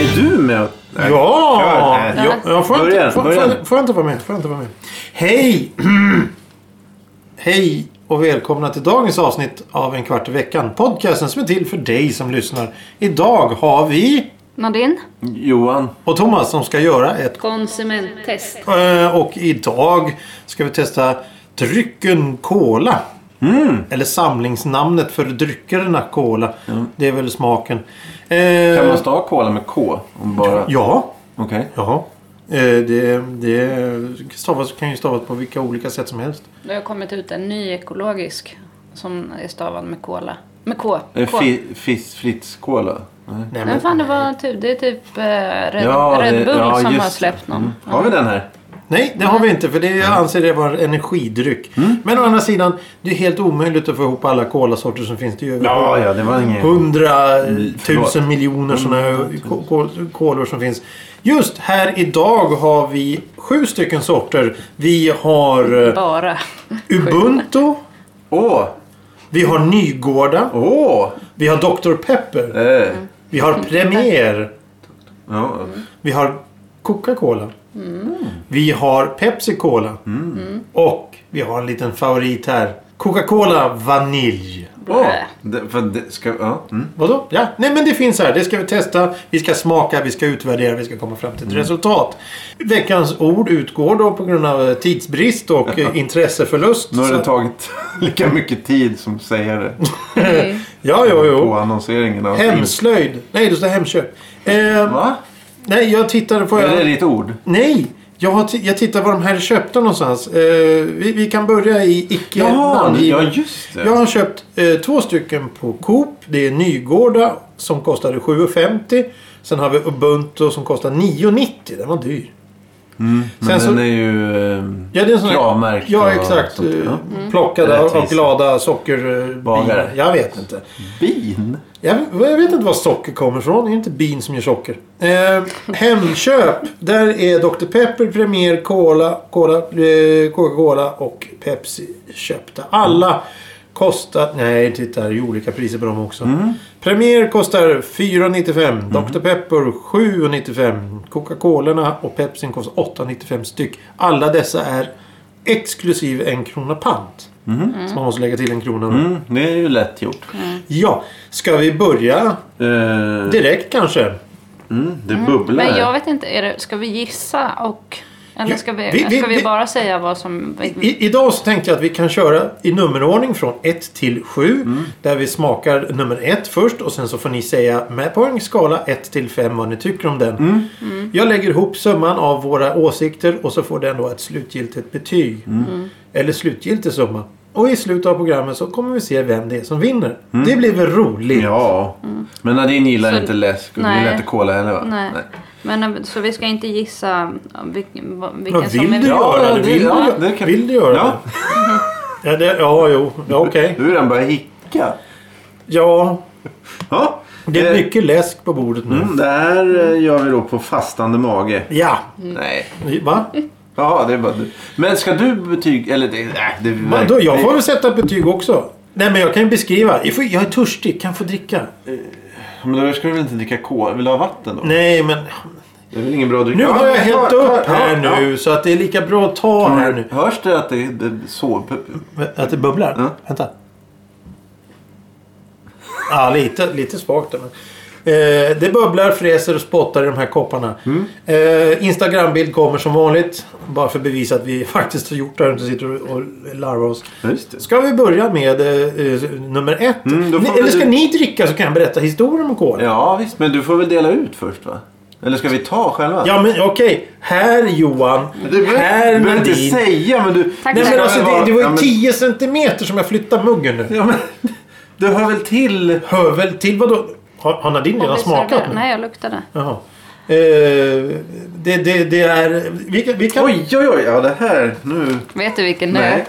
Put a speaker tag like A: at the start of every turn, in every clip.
A: Är du med? Nej.
B: Ja!
A: Nej.
B: Jag, jag får,
A: Börja,
B: inte, får,
A: börja.
B: får, får jag inte vara med? Får jag inte vara med? Hej! Hej och välkomna till dagens avsnitt av En kvart i veckan. Podcasten som är till för dig som lyssnar. Idag har vi
C: Nadine?
A: Johan.
B: och Thomas som ska göra ett...
C: Konsumenttest.
B: eh, Och idag ska vi testa drycken Cola.
A: Mm.
B: Eller samlingsnamnet för dryckerna Cola. Det är väl smaken. Eh,
A: Kan man stava kola med K? Om bara...
B: Ja.
A: Okej.
B: Jaha. Eh, Det, det stavas, kan ju stavas på vilka olika sätt som helst.
C: Det har kommit ut en ny ekologisk som är stavad med kola. Med K.
A: Okay.
C: K.
A: Eh, Fi, fis, fritz kola. Nej.
B: Nej,
C: Men fan, det var typ, det är typ eh, Red,
A: Ja, det-
C: Red Bull
A: ja,
C: som
A: just
C: har
A: det. Mm.
C: släppt någon.
A: Har vi den här?
B: Nej, det har vi inte för det jag anser det vara energidryck.
A: Mm.
B: Men å andra sidan, det är helt omöjligt att få ihop alla kolasorter som finns. Det är ju över
A: ja, det var ingen... förlåt. Mm,
B: hundratusen miljoner sådana ko- ko- kolor som finns. Just här idag har vi sju stycken sorter. Vi har eh,
C: Bara.
B: Ubuntu.
A: Åh!
B: Vi har Nygårda.
A: Åh!
B: Vi har Dr. Pepper.
A: Eh.
B: Vi har Premier.
A: Ja.
B: Vi har Coca-Cola. Vi har Pepsi-Cola. Och vi har en liten favorit här. Coca-Cola vanilj.
A: Åh!
C: Blä.
A: Det, för det ska... Ja. Mm.
B: Vadå? Ja, nej men det finns här. Det ska vi testa. Vi ska smaka, vi ska utvärdera, vi ska komma fram till
A: Mm.
B: ett resultat. Veckans ord utgår då på grund av eh, tidsbrist och eh, intresseförlust.
A: Nu har det
B: Så-
A: tagit lika mycket tid som säger det
C: Mm.
B: Ja, jo,
A: på
B: jo.
A: annonseringen. Av
B: Hemslöjd. Nej, det står hemköp. Eh,
A: Va?
B: nej, jag tittade på...
A: Är det ditt ord?
B: Nej! Jag, har ti- jag tittar var de här är köpta någonstans. Eh, vi, vi kan börja i icke
A: Jaha, ja
B: namngiven.
A: just det.
B: Jag har köpt eh, två stycken på Coop. Det är Nygårda som kostade 7,50. Sen har vi Ubuntu som kostar 9,90. Den var dyr.
A: Mm, Men
B: sen
A: den
B: så-
A: är ju eh,
B: Alltså- Ja, det är en sån här-
A: kravmärkt.
B: Ja,
A: och
B: exakt.
A: sånt där.
B: Eh,
A: Ja.
B: Plockade av- av
A: Rättvist.
B: glada socker... eh,
A: Bagare.
B: bin. Jag vet inte.
A: Bin?
B: Jag, jag vet inte var socker kommer ifrån. Det är inte bin som gör socker. Eh, hemköp. Där är Dr. Pepper, Premier, Cola, Cola, eh, Coca-Cola och Pepsi köpta. Alla kostar... Nej, titta. Det är ju olika priser på dem också. Premier kostar 4,95. Dr. Pepper 7,95. Coca-Colorna och Pepsin kostar 8,95 styck. Alla dessa är exklusive en krona pant. Så man måste lägga till en krona.
A: Mm, det är ju lätt gjort.
B: Ja, ska vi börja
A: Eh,
B: Direkt kanske.
A: mm, det bubblar
C: Men jag
A: här.
C: vet inte, är det, ska vi gissa och... Eller
B: Jo,
C: ska vi,
B: vi- vi-
C: ska vi
B: vi-
C: bara säga vad som...
B: I, idag så tänkte jag att vi kan köra i nummerordning från 1 till 7. Där vi smakar nummer 1 först och sen så får ni säga med på en skala 1 till 5 vad ni tycker om den.
A: Mm.
B: Jag lägger ihop summan av våra åsikter och så får den då ett slutgiltigt betyg.
A: Mm.
C: Mm.
B: Eller slutgiltig summa. Och i slutet av programmet så kommer vi se vem det är som vinner. Det blir väl roligt?
A: Mm. Ja. Mm. Men Nadine gillar
C: Så-
A: inte läsk och du
C: Nej.
A: gillar inte kola heller va?
C: Nej. Men, eh, så vi ska inte gissa vilken, vilken
B: Vad
C: som
B: vill
C: är...
B: du göra det?
A: det-
B: Vill,
A: ja,
B: du,
A: det kan-
B: vill du göra
A: Ja.
B: det? Ja, det, ja jo. Ja, Okej.
A: Nu är den börjar hicka.
B: Ja.
A: Ja.
B: Det är
A: Eh,
B: mycket läsk på bordet nu.
A: mm, det här eh, gör vi då på fastande mage.
B: Ja.
C: Mm.
A: Nej.
B: Va?
A: Jaha, det är bara du. Men ska du betyg... Eller det... Nej, det
B: Vadå? Jag får väl sätta betyg också? Nej men jag kan ju beskriva. Jag, får, jag är törstig, kan jag få dricka?
A: Men då ska du väl inte dricka kola? Vill du ha vatten då?
B: Nej men...
A: Det är väl ingen bra dryck?
B: Nu
A: Ja,
B: har jag
A: men
B: hällt
A: ta-
B: upp
A: ta-
B: här
A: ja, Mm.
B: nu så att det är lika bra att ta här nu.
A: ja. Hörs det att det är sov...
B: Att det bubblar?
A: Ja.
B: Vänta. Ja, lite, lite svagt. där, Men. Eh, det bubblar, fräser och spottar i de här kopparna.
A: Mm.
B: Eh, Instagrambild kommer som vanligt. Bara för att bevisa att vi faktiskt har gjort det här och inte sitter och- och larvar oss.
A: Ja, just det.
B: Ska vi börja med eh, eh, nummer ett?
A: Mm, då får
B: Ni-
A: vi-
B: Eller ska ni dricka så kan jag berätta historien om kola?
A: Ja visst, men du får väl dela ut först va? Eller ska vi ta själva?
B: Ja, men okej. Här Johan.
A: du behöver-
B: här
A: du behöver inte
B: Nadine.
A: säga men du...
C: Tack,
A: du
B: Nej,
A: ska
B: men
C: Det
B: alltså,
A: väl
B: det,
A: vara-
B: det var
A: Ja,
B: ju
A: men-
B: 10 centimeter som jag flyttade muggen nu.
A: Ja, men, du hör väl till...
B: Hör väl till vadå? Har, har Nadine redan smakat? nu?
C: Nej, jag luktade.
B: Jaha. Eh, det, det, det är... Vi kan, vi kan,
A: Oj, oj, oj. Ja, det här. Nu...
C: Vet du vilken det är?
A: Nej.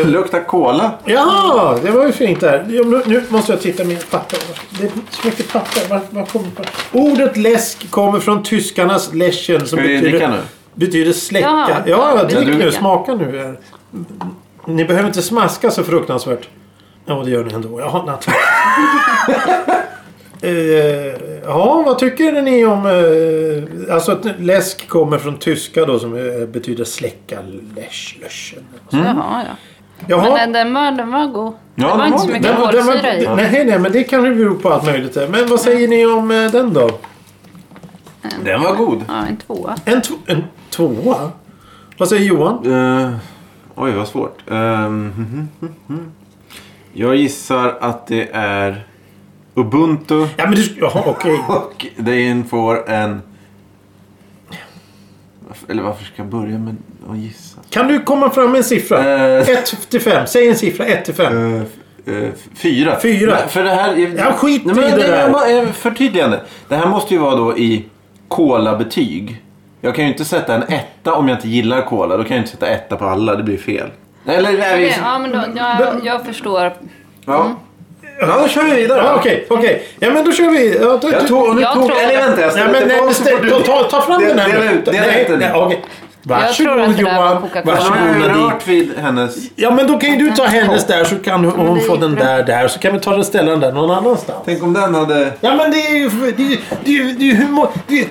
B: Eh,
A: Luktar cola.
B: Jaha, det var ju fint där. Jo, nu, nu måste jag titta i mina papper. Det är så mycket papper. Var, var kommer papper? Ordet läsk kommer från tyskarnas läschen som
A: Ska vi dricka
B: betyder,
A: nu?
B: betyder släcka.
C: Jaha.
B: ja, ja,
C: Ja,
B: drick
A: du-
B: nu. Smaka nu. Här. Ni behöver inte smaska så fruktansvärt. Ja, det gör ni ändå. Jaha, natt. Eh, ja, vad tycker ni om... Eh, alltså att läsk kommer från tyska då som eh, betyder släcka. Läsch, löschen.
C: Jaha, ja.
B: Jaha.
C: Men den, den, var, den var god.
A: Ja,
C: det var
A: den
C: inte
A: var
C: så
A: god.
C: mycket
B: Den var, den var,
C: kolsyra i.
B: nej, nej, men det kanske beror på allt möjligt. där. Men vad säger ni om eh, den då?
A: Den var god.
C: Ja, en tvåa.
B: En, tw- en tvåa? Vad säger Johan?
A: Eh, oj, vad svårt. Ehm, mhm, mhm, mhm. jag gissar att det är Ubuntu
B: Ja, men du... sk- Jaha, okej.
A: och den får en... Varför- Eller varför ska jag börja med att gissa?
B: Kan du komma fram med en siffra?
A: Eh,
B: 1 till 5. Säg en siffra. 1 till 5.
A: eh, eh, fyra.
B: Fyra.
A: Nej, för det här...
B: Ja, skit
A: Nej, men
B: i det där.
A: är eh, Förtydligande. Det här måste ju vara då i cola-betyg. Jag kan ju inte sätta en etta om jag inte gillar cola. Då kan jag inte sätta etta på alla. Det blir fel. Eller... nej, vi-
C: Okej, ja, Mm. men då, jag, jag förstår.
A: Ja. Ja, då kör vi vidare.
B: Ja, okej, okej. Ja, men då kör vi. Ja, då,
A: Jag tog, och nu
C: Jag
A: tog,
C: tror-
A: eller vänta, jag
B: Nej,
A: ställer
B: men nej,
A: tillbaka.
B: men ställ, ta, ta, ta fram den här
A: Dela ut, dela
B: nej,
A: ut den.
B: nej, okej.
C: tror att
B: Varsågod
C: det där var
B: Johan.
C: Coca-Cola.
A: Jag
B: Varsågod
A: har ju
B: Nadine.
A: rört vid hennes...
B: Ja, men då kan ju du ta hennes där så kan hon
C: det
B: få
C: gick
B: den
C: bra.
B: där där. Så kan vi ta den ställa den där någon annanstans.
A: Tänk om den hade...
B: Ja men det är ju... Det är ju... Det är ju, det är ju humor... Det är,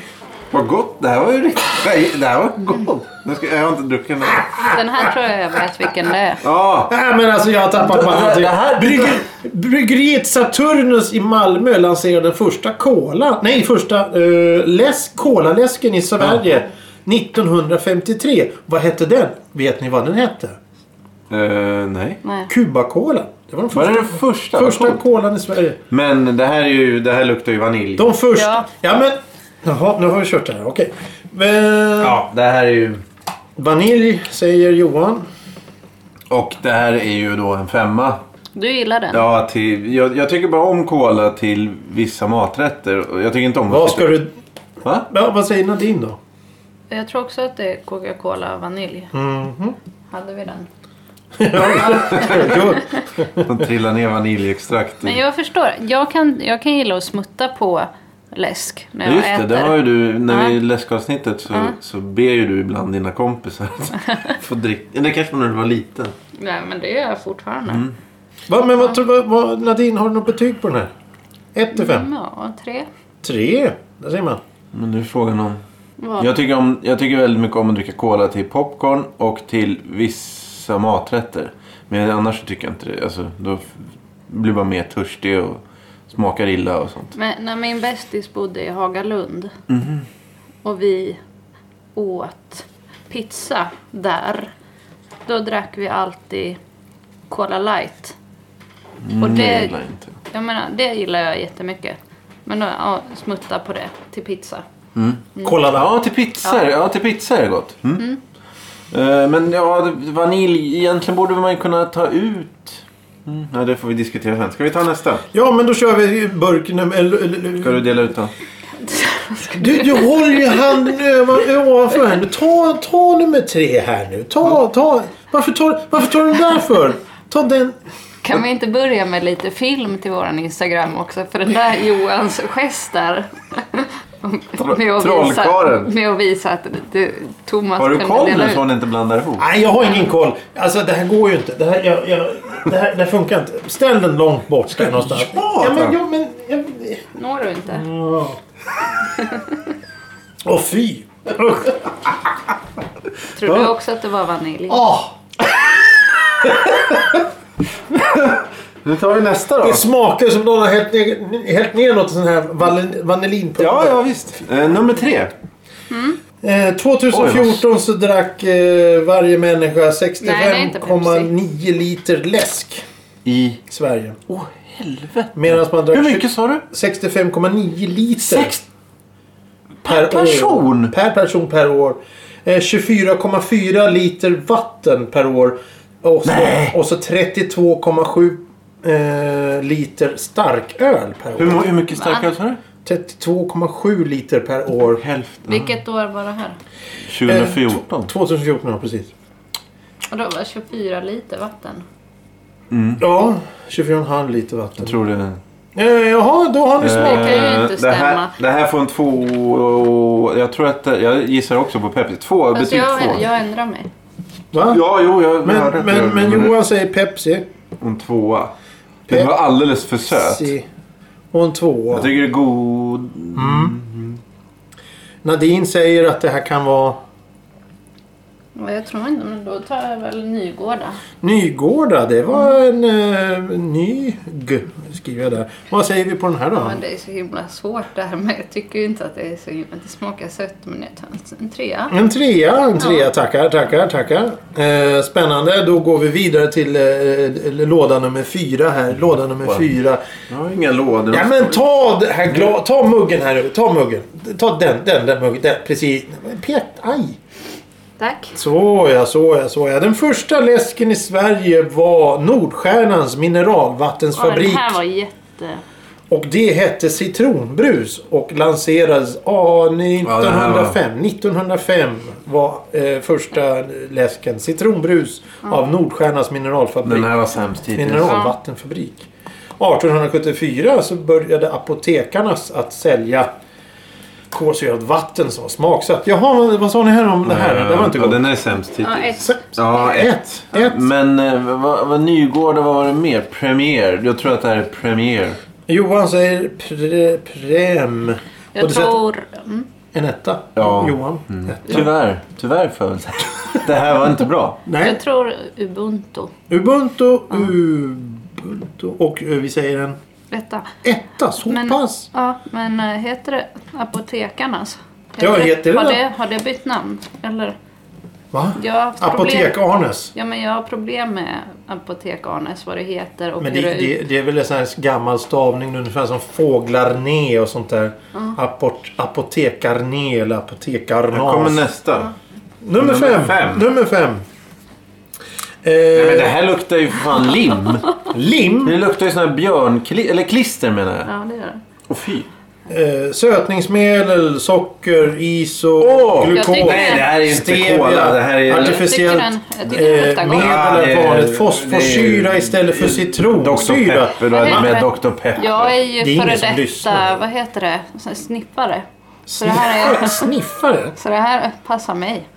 A: Vad gott, det här var ju riktigt... Nej, Det här var gott. Nu ska, jag har inte druckit den här.
C: Den här tror jag jag vet vilken det är.
A: Ja,
B: nej men alltså jag har tappat
A: Det här-
B: bananen.
A: det här-
B: Brygger, bryggeriet Saturnus i Malmö lanserade den första cola... Nej, första uh, läsk, colaläsken i Sverige. 1953. Vad hette den? Vet ni vad den hette?
A: Eh, nej.
C: Nej.
B: Cubacola. Det var den
A: Var
B: första,
A: det den första?
B: första
A: Coolt.
B: kolan i Sverige.
A: Men det här, är ju, det här luktar ju vanilj.
B: De första... Ja,
C: Ja.
B: men... Jaha, nu har vi kört det här. Okej. Men-
A: Ja, det här är ju...
B: Vanilj säger Johan.
A: Och det här är ju då en femma.
C: Du gillar den?
A: Ja, till, jag, jag tycker bara om cola till vissa maträtter. Och Jag tycker inte om...
B: Vad ska du...
A: Va?
B: Ja, vad säger Nadine då?
C: Jag tror också att det är Coca-Cola vanilj.
A: Mhm.
C: Hade vi
A: Mm.
C: den?
B: Jo,
A: De trillar ner vaniljextrakt.
C: Men jag förstår. Jag kan, jag kan gilla att smutta på läsk när
A: Ja,
C: jag
A: just
C: äter.
A: det, det har ju du. När vi
C: Ja.
A: läskavsnittet så, så ber ju du ibland dina kompisar att få dricka. Det kanske var när du Mm. var liten.
C: Nej, men det gör jag fortfarande.
B: Va, men vad, tror- vad, vad, Nadine, har du något betyg på den här? 1 till 5?
C: Ja, tre.
B: 3. Där säger man.
A: Men nu är frågan om...
C: Vad?
A: Jag tycker, om, jag tycker väldigt mycket om att dricka cola till popcorn och till vissa maträtter. Men annars så tycker jag inte det. Alltså, då f- blir man mer törstig och smakar illa och sånt.
C: Men när min bästis bodde i Hagalund
A: Mhm.
C: och vi åt pizza där, då drack vi alltid Cola light. Och
A: Nej, jag
C: det,
A: gillar inte.
C: jag menar, det gillar jag jättemycket. Men då, ja, smutta på det till pizza.
B: Kolla där.
A: Ja, till pizzor. Ja. till pizza är det gott. Mm. Eh, Men ja, det- vanilj. Egentligen borde man ju kunna ta ut... Mm, nej, det får vi diskutera sen. Ska vi ta nästa?
B: Ja, men då kör vi burken. nummer- eller- eller-
A: Ska du dela ut den?
B: Du, du håller ju handen över- ovanför henne. Ta, ta nummer tre här nu. Ta, ta. Varför tar, varför tar du den där för? Ta den.
C: Kan vi inte börja med lite film till våran Instagram också? För den där Johans gest där. Med att, visa,
A: trollkarlen.
C: med att visa att du, Thomas
A: Har du
C: kunde
A: koll
C: dela
A: nu
C: ut.
A: så hon inte blandar ihop?
B: Nej, jag har ingen koll. Alltså, det här går ju inte. Det här, jag, jag, det här, det här funkar inte. Ställ den långt bort där någonstans.
A: Ja,
B: ja men...
A: tack.
B: Ja, men jag,
C: Når du inte?
B: Ja. Åh fy! Usch.
C: Tror du också att det var vanilj?
B: Ah,
A: Nu tar vi nästa då.
B: det smakar som någon har hällt ner, hällt ner något sån här vanil- vanilinpulver.
A: Ja, ja visst. Eh, nummer tre.
B: Eh, 2014 så drack eh, varje människa
C: Nej, det är inte
B: 65,9 liter läsk
A: I...
B: i Sverige.
A: Åh, helvete.
B: Medan man drack
A: Hur mycket sa du?
B: 65,9 liter
A: Sex...
B: per År,
A: person?
B: per person per år. Eh, 24,4 liter vatten per år. Och så,
A: Nej.
B: och så 32,7 eh, liter starköl per år.
A: Hur, hur mycket starkare sa du?
B: 32,7 liter per år.
A: Hälften.
C: Vilket år var det här?
B: Eh,
A: 2014.
B: t- 2014, ja precis.
C: Och då var 24 liter vatten.
A: Mm.
B: Ja, 24,5 liter vatten.
A: Jag tror det.
B: Eh, jaha, då har ni smak.
C: kan ju
A: Eh,
C: inte
A: det,
C: stämma.
A: här, det här får en två... Jag tror att... det- Jag gissar också på Pepsi. Två,
C: Alltså
B: typ
A: betyg två.
C: jag, jag ändrar mig.
B: Va?
A: Ja, jo, jag hörde
B: men,
A: att
B: men,
A: jag-
B: men Johan säger Pepsi.
A: En tvåa. Den var alldeles för söt.
B: Pepsi. Och en tvåa.
A: Jag tycker det är god...
B: Nadine säger att det här kan vara
C: Ja, Jag tror inte, men då tar jag väl Nygårda.
B: Nygårda. Det var
A: Mm.
B: en eh, ny g skriver jag där. Vad säger vi på den här då?
C: Men det är så himla svårt det här med. Jag tycker ju inte att det är så himla... Det smakar sött men jag tar en- en trea.
B: En trea, en trea. Tackar, tackar, tackar. Eh, spännande. Då går vi vidare till eh, låda nummer fyra här. Låda nummer
A: Wow.
B: fyra.
A: Jag har inga lådor.
B: Ja men ta det här gla- Ta muggen här uppe. Ta muggen. Ta den, den, den muggen. Den, precis. Pet, aj.
C: Tack.
B: Såja, såja, såja. Den första läsken i Sverige var Nordstjärnans
C: Ja, den
B: mineralvattensfabrik.
C: här var jätte...
B: Och det hette Citronbrus och lanserades ah, 1905. 1905 var eh, första läsken Citronbrus av Nordstjärnas mineralfabrik.
A: Den här var sämst hittills.
B: Mineralvattenfabrik. 1874 så började apotekarna att sälja kolsyrat vatten som var smaksatt. Jaha, vad- vad sa ni här om det här? Det var inte
A: ja,
B: gott.
A: den är sämst hittills.
C: Ja, ett.
A: Ja, ett.
B: Ett, ett.
A: Men eh, vad, vad Nygårda, vad var det mer? Premier. Jag tror att det här är Premier.
B: Johan säger pre, prem. Och
C: Jag
B: du sätter
C: tror... Mm.
B: En etta.
A: Ja.
B: Johan. Etta.
A: Tyvärr. Tyvärr får jag väl säga. Det här var inte bra.
B: Nej.
C: Jag tror Ubuntu.
B: Ubuntu, Ubuntu och eh, vi säger en
C: Detta.
B: etta. Så
C: Men-
B: pass.
C: Ja, men eh, heter det Apotekarnas?
B: Ja, heter det
C: har
B: det?
C: det? Har det bytt namn? Eller?
B: Va?
C: Jag har haft problem.
B: Apotek-Arnes.
C: Ja, men jag har problem med Apotek-Arnes, vad det heter och
B: Men det,
C: hur det,
B: det, det är väl en sån här gammal stavning ungefär som fåglarné och sånt där. Aport, apotekarné eller
A: Här kommer
B: apotekarnas.
A: nästa. nummer
B: Nummer fem.
A: fem.
B: Nummer fem.
A: Nej, men det
B: Eh,
A: här luktar ju för fan lim.
B: lim.
A: Det luktar ju sån här björnkli... Eller klister menar jag.
C: Ja, det gör det.
A: Åh fy.
B: Eh, sötningsmedel, socker, ISO,
A: Åh!
C: Jag
B: glukos.
C: tycker-
A: Nej, det här är ju inte
B: Stevia,
A: cola. Det här är...
B: artificiell-
C: Tycker
B: Speciellt,
C: den, jag tycker den
B: Eh,
C: luktar gott.
A: Ja, det är-
B: medel är
A: det är-
B: vanligt. Fosforsyra istället för
A: Dr
B: citronsyra.
A: Pepper.
C: Men
A: Då,
C: det-
A: med Dr Pepper.
C: Jag är ju
B: Det är ingen
C: före
B: som
C: detta,
B: lyssnar.
C: vad heter det, Sån här snippare. Så det, här är,
B: Sniffare?
C: så det här passar mig.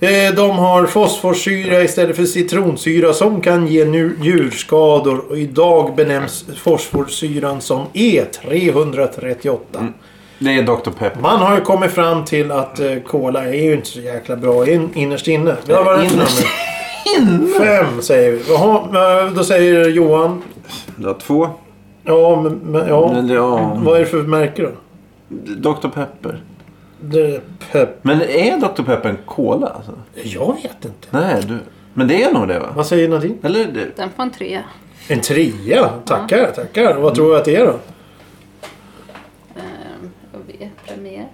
B: Eh, De har fosforsyra istället för citronsyra som kan ge nu- njurskador. Och idag benämns fosforsyran som E E338.
A: Det är Dr Pepper.
B: Man har ju kommit fram till att eh, cola är ju inte så jäkla bra in, innerst inne. Vi har varit
A: Innerst
B: Fem säger vi. Jaha, eh, då säger Johan.
A: Du har två.
B: Ja, men, men ja.
A: Men det, ja.
B: Vad är det för märke då?
A: Dr Pepper.
B: Det, pep-
A: Men är Dr Pepper en cola? Alltså?
B: jag vet inte.
A: Nej, du... Men det är nog det va?
B: Vad säger Nadine?
A: Eller? Det...
C: Den får en trea.
B: En trea? Tackar, tackar. Vad tror du att det är då?
C: Ehm, Jag vet, premier.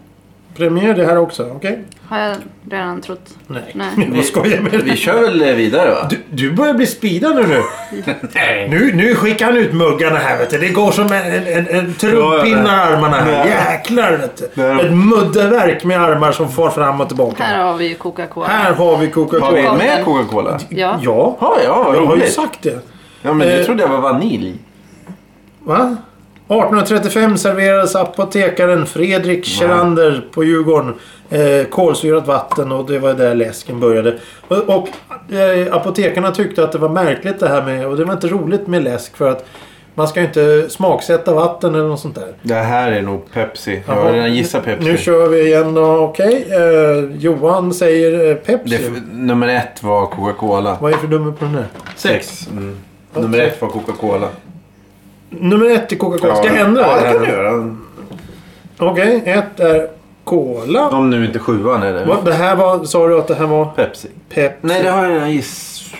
B: Premiär det här också? Okej?
C: Har jag redan trott.
B: Nej.
C: Nej.
B: Vad skojar med
A: Vi
B: dig?
A: kör väl eh, vidare va?
B: Du, du börjar bli speedad nu. Nu. nu nu skickar han ut muggarna här vet du. Det går som en, en, en, en trumpinne i
A: Ja,
B: armarna här.
A: Nej.
B: Jäklar vet du.
A: Nej.
B: Ett mudderverk med armar som far fram och tillbaka.
C: Här har vi ju Coca-Cola.
B: Här har vi
A: Har vi
B: Coca-Cola.
A: med Coca-Cola?
C: Ja.
B: Ja,
A: Ja, ja, vad
B: jag har ju
A: roligt.
B: sagt det.
A: Ja, men jag
B: Eh.
A: trodde jag var vanilj.
B: Va? 1835 serverades apotekaren Fredrik Kjerander på Djurgården eh, kolsyrat vatten och det var där läsken började. Och, och eh, apotekarna tyckte att det var märkligt det här med, och det var inte roligt med läsk för att man ska ju inte smaksätta vatten eller något sånt där.
A: Det här är nog Pepsi. Jag har
B: Jaha.
A: redan gissat Pepsi.
B: Nu kör vi igen då. Okej, eh, Johan säger eh, Pepsi.
A: det, nummer ett var Coca-Cola.
B: Vad är det för nummer på den här?
A: Sex. Mm. Nummer ett var Coca-Cola.
B: Nummer ett är Coca-Cola. Ska jag ändra
A: Ja, det
B: det?
A: kan du göra.
B: Okej, ett är Cola.
A: Om nu inte sjuan är det.
B: Va, Det här var, sa du att det här var
A: Pepsi.
B: Pepsi?
A: Nej, det har jag redan giss...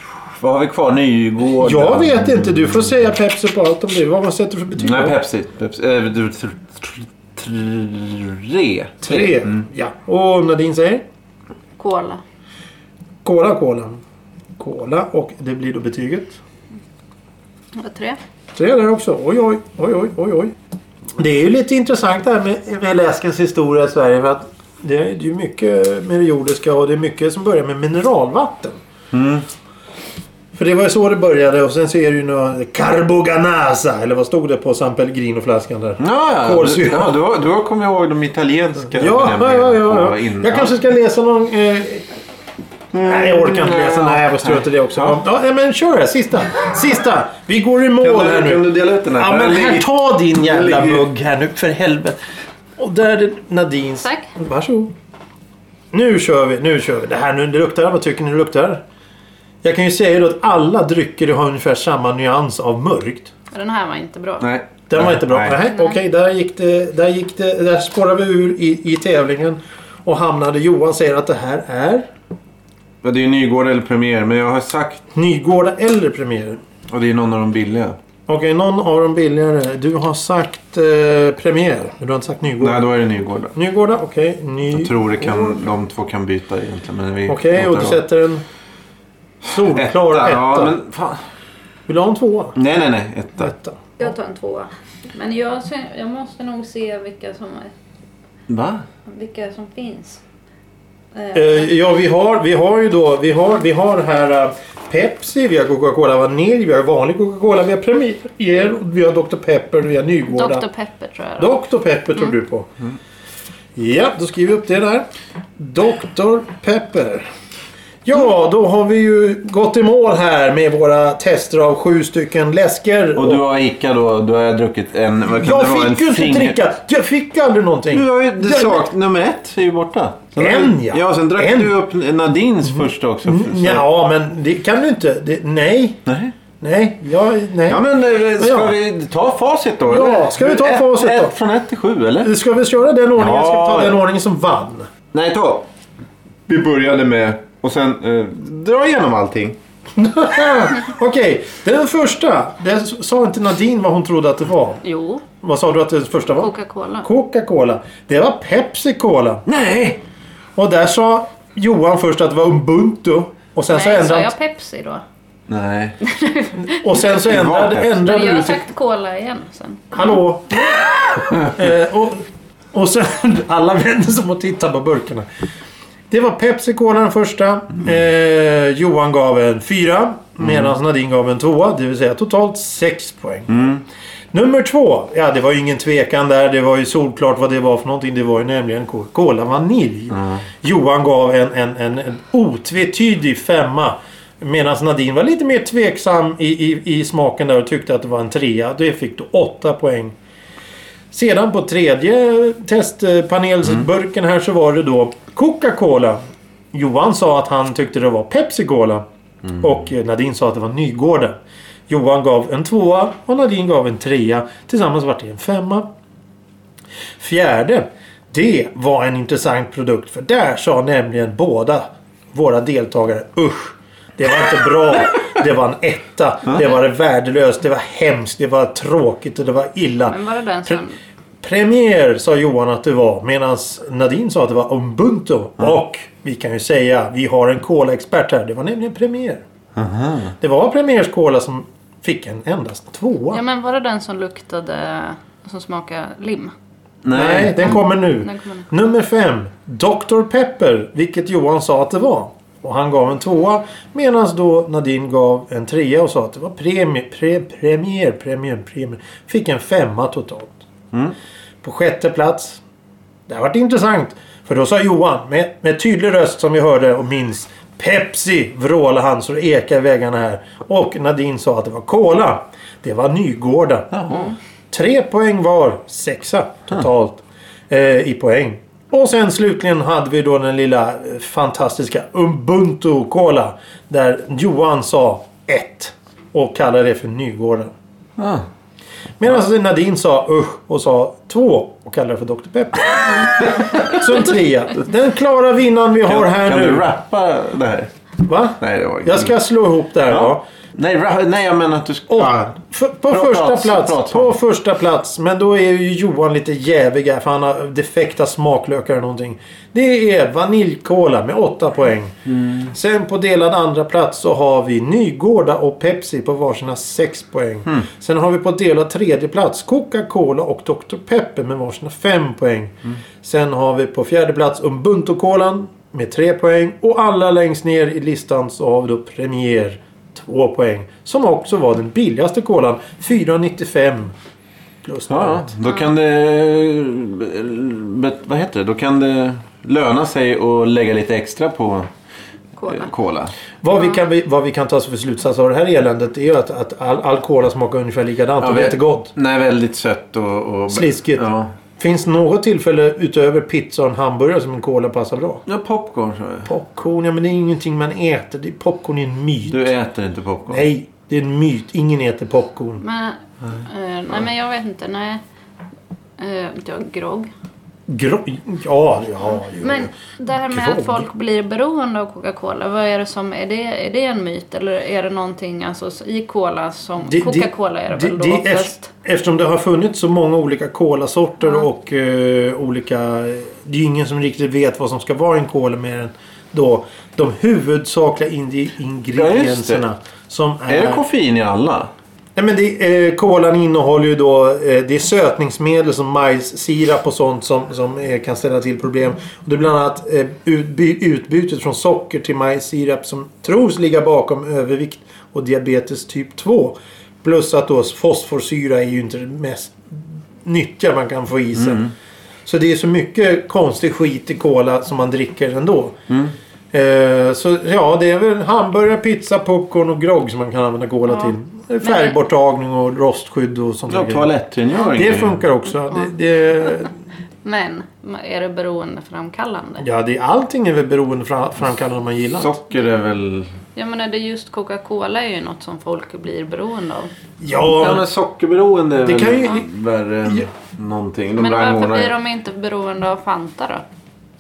A: Vad har vi kvar? Nygården?
B: Jag vet inte. Du får säga Pepsi på allt om du Vad man sätter för betyg.
A: Nej, Pepsi. Pepsi. Eh, du- tr- tr- Tre. Mm.
B: Tre. Ja. Och Nadine säger?
C: Cola.
B: Cola, cola. Cola. Och det blir då betyget?
C: Och tre.
B: Tre där också. Oj, oj, oj, oj, oj, oj. Det är ju lite intressant det här med, med läskens historia i Sverige. För att det är ju mycket med det jordiska och det är mycket som börjar med mineralvatten.
A: Mm.
B: För det var ju så det började och sen ser du ju några Carboganasa. Eller vad stod det på San Pellegrino-flaskan där?
A: Ja, ja. Du,
B: Kolsyra.
A: ja då, då kommer jag ihåg de italienska
B: Ja, ja, ja, ja, ja.
A: innan.
B: Jag kanske ska läsa någon... Eh, nej, jag orkar inte läsa. Nej, jag strunt i det också.
A: Ja.
B: Ja. nej, men kör det. Sista. Sista. Vi går i mål
A: Kan
B: här
A: du,
B: nu.
A: kan du dela ut den här?
B: Ja, men
A: Den ligger-
B: här, ta din jävla
A: ligger-
B: mugg här nu för helvete. Och där är det Nadins.
C: Tack.
B: Varsågod. Nu kör vi, nu kör vi. Det här nu, det luktar. Vad tycker ni det luktar? Jag kan ju säga då att alla drycker har ungefär samma nyans av mörkt.
C: Den här var inte bra.
A: Nej.
B: Den var
A: Nej,
B: inte bra.
A: nej.
B: Nej. Okej, där gick det. Där gick det. Där spårade vi ur i, i tävlingen. Och hamnade... Johan säger att det här är
A: Men Det är ju Nygård eller Premier, men jag har sagt...
B: Nygårda eller Premier.
A: Och det är någon av de billiga.
B: Okej, någon av dem billigare. Du har sagt eh, Premier. Men du har inte sagt Nygårda.
A: Nej, då är det Nygård. då.
B: Nygårda, okej. Ny...
A: Jag tror det kan, de två kan byta egentligen. men vi-
B: Okej, och du
A: låter dem.
B: sätter en solklar etta.
A: Ja, men fan.
B: Vill du ha en tvåa?
A: Nej, nej, nej. Etta.
B: Etta.
C: Jag tar en tvåa. Men jag, ser- jag måste nog se vilka som, är-
A: Va?
C: vilka som finns. Eh,
B: Eh, ja, vi har, vi har ju då... Vi har, vi har här eh, Pepsi, vi har Coca-Cola Vanilj, vi har vanlig Coca-Cola, vi har Premier, och vi har Dr. Pepper, vi har Nygårda.
C: Dr Pepper tror jag. då.
B: Dr. Pepper tog du på. Ja, då skriver vi upp det där. Dr. Pepper. Ja, då har vi ju gått i mål här med våra tester av sju stycken läsker.
A: Och du har Ica då, då har jag druckit en... Vad kan
B: Jag
A: det vara, en
B: fick ju inte
A: finger-
B: dricka! Jag fick aldrig någonting.
A: Du har ju det
B: Jag-
A: sak, nummer ett är ju borta.
B: En, ja.
A: Ja, sen drack
B: En. Mm.
A: du upp Nadins första också. för- så-
B: Ja, men det kan du inte. Det, nej.
A: Nej.
B: Nej. Jag, nej.
A: Ja men eh, ska
B: Ja.
A: vi ta facit då?
B: Ja,
A: eller?
B: ska vi ta
A: Ett-
B: facit då?
A: ett Från ett till sju eller?
B: Ska vi köra den ordningen?
A: Ja.
B: Ska vi ta den ordningen som vann?
A: Nej, ta. Vi började med... Och sen eh, dra igenom allting.
B: Okej, den första. Den sa inte Nadine vad hon trodde att det var.
C: Jo,
B: Vad sa du att den första var?
C: Coca-Cola.
B: Coca-Cola. Det var Pepsi Cola.
A: Nej!
B: Och där sa Johan först att det var Ubuntu. Och sen så
C: Nej, sa
B: ändrade,
C: jag Pepsi då?
A: Nej.
B: och sen så
A: Det var
B: ändrade,
A: Pepsi.
B: ändrade
C: Men jag
B: du
C: har
B: till...
C: sagt Cola igen sen.
B: Hallå! eh, och, och sen... Alla vänder sig om och tittar på burkarna. Det var Pepsi Cola den första. Eh, Johan gav en fyra. Medan Nadine gav en tvåa. Det vill säga totalt sex poäng. Nummer två. Ja, det var ju ingen tvekan där. Det var ju solklart vad det var för någonting. Det var ju nämligen Coca-Cola Vanilj. Johan gav en, en, en, en otvetydig femma. Medan Nadine var lite mer tveksam i, i, i smaken där och tyckte att det var en trea. Det fick du åtta poäng. Sedan på tredje testpanelsburken här så var det då Coca-Cola. Johan sa att han tyckte det var Pepsi-Cola. Och Nadine sa att det var Nygårda. Johan gav en tvåa och Nadine gav en trea. Tillsammans var det en femma. Fjärde. Det var en intressant produkt för där sa nämligen båda våra deltagare usch. Det var inte bra. Det var en etta. Det var värdelöst. Det var hemskt. Det var tråkigt och det var illa.
C: Men var det den som...
B: Premier sa Johan att det var medan Nadine sa att det var Ubuntu. Och vi kan ju säga, vi har en cola-expert här. Det var nämligen Premier. Det var Premiers cola som fick en endast tvåa.
C: Ja men var det den som luktade... Som smakade lim?
B: Nej, den kommer nu.
C: Den kommer nu.
B: Nummer fem. Dr. Pepper, vilket Johan sa att det var. Och han gav en tvåa. Medan då Nadine gav en trea och sa att det var premie, pre, premier, premier, premier. Fick en femma totalt. På sjätte plats. Det här vart intressant. För då sa Johan med, med tydlig röst som vi hörde och minns. Pepsi vrålade han så det ekade i väggarna här. Och Nadine sa att det var Cola. Det var Nygårda. Tre poäng var. Sexa totalt eh, i poäng. Och sen slutligen hade vi då den lilla eh, fantastiska Ubuntu Cola. Där Johan sa ett. Och kallade det för Nygårda.
A: Ah.
B: Medan alltså Nadine sa usch och sa två och kallade det för Dr. Pepper. Så en trea. Den klara vinnaren vi har här
A: kan
B: nu.
A: du rappa det här?
B: Va?
A: Nej, det var
B: Jag ska slå ihop det här.
A: Ja.
B: Ja.
A: Nej, ra- nej, jag menar att du ska...
B: Och
A: Ah.
B: f- på
A: Bra
B: första
A: plats,
B: plats.
A: bra plats.
B: på första plats. Men då är ju Johan lite jävig här för han har defekta smaklökar eller någonting. Det är vaniljkola med 8 poäng. Sen på delad andra plats så har vi Nygårda och Pepsi på varsina 6 poäng. Sen har vi på delad tredje plats Coca-Cola och Dr. Pepper med varsina 5 poäng. Sen har vi på fjärde plats Ubuntu-kolan med 3 poäng. Och alla längst ner i listan så har vi då Premier 2 poäng. Som också var den billigaste kolan. 4,95 plus
A: Ja, ja.
B: något.
A: Då kan det... bet- Vad heter det? Då kan det löna sig att lägga lite extra på
C: Cola.
A: eh, cola.
B: Vad, vi kan, vad vi kan ta för slutsats av det här eländet är ju att, att all, all cola smakar ungefär likadant och det är inte gott.
A: Nej, väldigt sött och... och
B: Sliskigt.
A: Ja.
B: Finns något tillfälle utöver pizza och en hamburgare som en cola passar bra?
A: ja, popcorn sa jag.
B: Popcorn, ja men det är ingenting man äter. Det, popcorn är en myt.
A: Du äter inte popcorn.
B: Nej, det är en myt. Ingen äter popcorn.
C: Men, eh, nej men jag vet inte. Nej. Eh, ja, grogg.
B: Gro- ja, ja. jo.
C: Men det här med
B: Grogg?
C: att folk blir beroende av Coca-Cola. Vad är det som, är det, är det en myt? Eller är det någonting alltså, i cola som,
B: Det- det-
C: Liksom, Coca-Cola är det, väl då
B: det- det-
C: oftast?
B: Eftersom det har funnits så många olika colasorter och eh, olika... Det är ju ingen som riktigt vet vad som ska vara i en cola mer än då de huvudsakliga indi- ingredienserna. som är...
A: Är det koffein i alla?
B: Nej, men det, eh, kolan innehåller ju då eh, det är sötningsmedel som majssirap och sånt som, som eh, kan ställa till problem. Och det är bland annat eh, utby, utbytet från socker till majssirap som tros ligga bakom övervikt och diabetes typ 2. Plus att då fosforsyra är ju inte det mest nyttiga man kan få i sig. Så det är så mycket konstig skit i cola som man dricker ändå. Eh, så ja, det är väl hamburgare, pizza, popcorn och grogg som man kan använda cola
C: Ja.
B: till. Färgborttagning och rostskydd och sånt
A: Ja,
B: där.
A: toalettrengöring.
B: Det funkar också. Det, det,
C: Men är det beroendeframkallande?
B: ja, det, allting är väl beroendeframkallande om man gillar.
A: Socker är väl...
C: Jag menar det är just Coca-Cola är ju något som folk blir beroende av.
A: Ja,
B: Ja,
A: men sockerberoende är
B: Det
A: väl
B: kan ju-
A: värre än någonting. De
C: Men varför
A: rangordnar-
C: blir de inte beroende av Fanta då?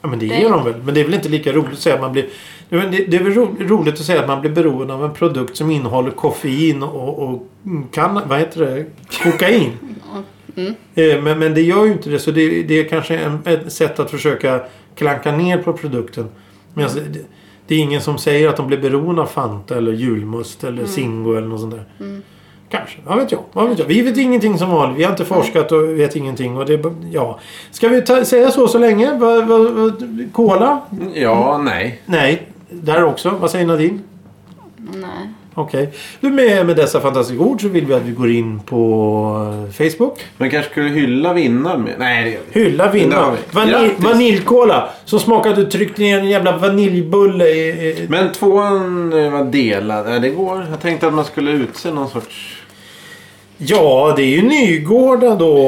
B: ja, men det är de väl. Men det är väl inte lika roligt att säga att man blir... Det, det det är väl ro, roligt att säga att man blir beroende av en produkt som innehåller koffein och, och kan, vad heter det? kokain. Eh, Men, men det gör ju inte det. Så det, det är kanske en, ett sätt att försöka klanka ner på produkten. Men alltså, det, det är ingen som säger att de blir beroende av Fanta eller julmust eller Zingo eller något sånt där. Kanske. Vad vet, jag? vad vet jag? Vi vet ingenting som vanligt. Vi har inte forskat och vet ingenting. Och det, är bara- ja. Ska vi ta, säga så så länge? Va, va, va, cola?
A: Ja, nej.
B: Nej. Där också. Vad säger Nadine?
C: Nej.
B: Okej. Du med, med dessa fantastiska ord så vill vi att vi går in på eh, Facebook.
A: Men kanske skulle hylla vinnaren med... Nej, det gör vi
B: Hylla
A: Det har
B: vinna.
A: vi.
B: Vanilj,
A: Grattis.
B: vaniljkola. Som smakar att du tryckt ner en jävla vaniljbulle i... i
A: Men tvåan eh, var delad. Nej, det går. Jag tänkte att man skulle utse någon sorts...
B: ja, det är ju Nygårda då.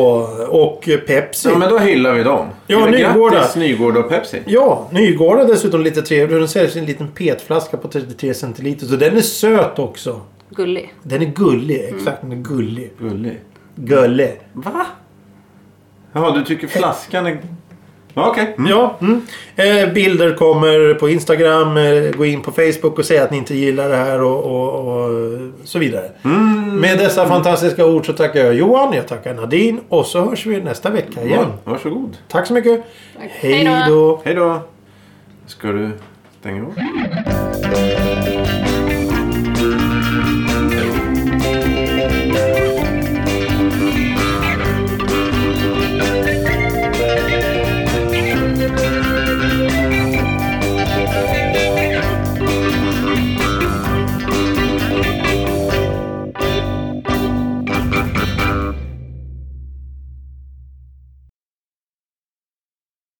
B: Och eh, Pepsi.
A: Ja, men då hyllar vi dem.
B: Ja,
A: Men
B: Nygårda.
A: Grattis Nygårda och Pepsi.
B: Ja, Nygårda dessutom lite trevlig. Den säljs i en liten petflaska på 33 centiliter. Så den är söt också.
C: Gullig.
B: Den är gullig. Exakt, den är gullig.
A: Gullig.
B: Gullig.
A: Va? Jaha, du tycker flaskan är... Ja, Okej. Mm.
B: Ja, mm. eh, bilder kommer på Instagram. Eh, gå in på Facebook och säg att ni inte gillar det här och, och, och så vidare. Med dessa fantastiska ord så tackar jag Johan, jag tackar Nadine och så hörs vi nästa vecka igen.
A: Ja, varsågod.
B: Tack så mycket.
C: Tack.
B: Hej
C: Hej då.
B: då.
A: Hej då. Ska du stänga av?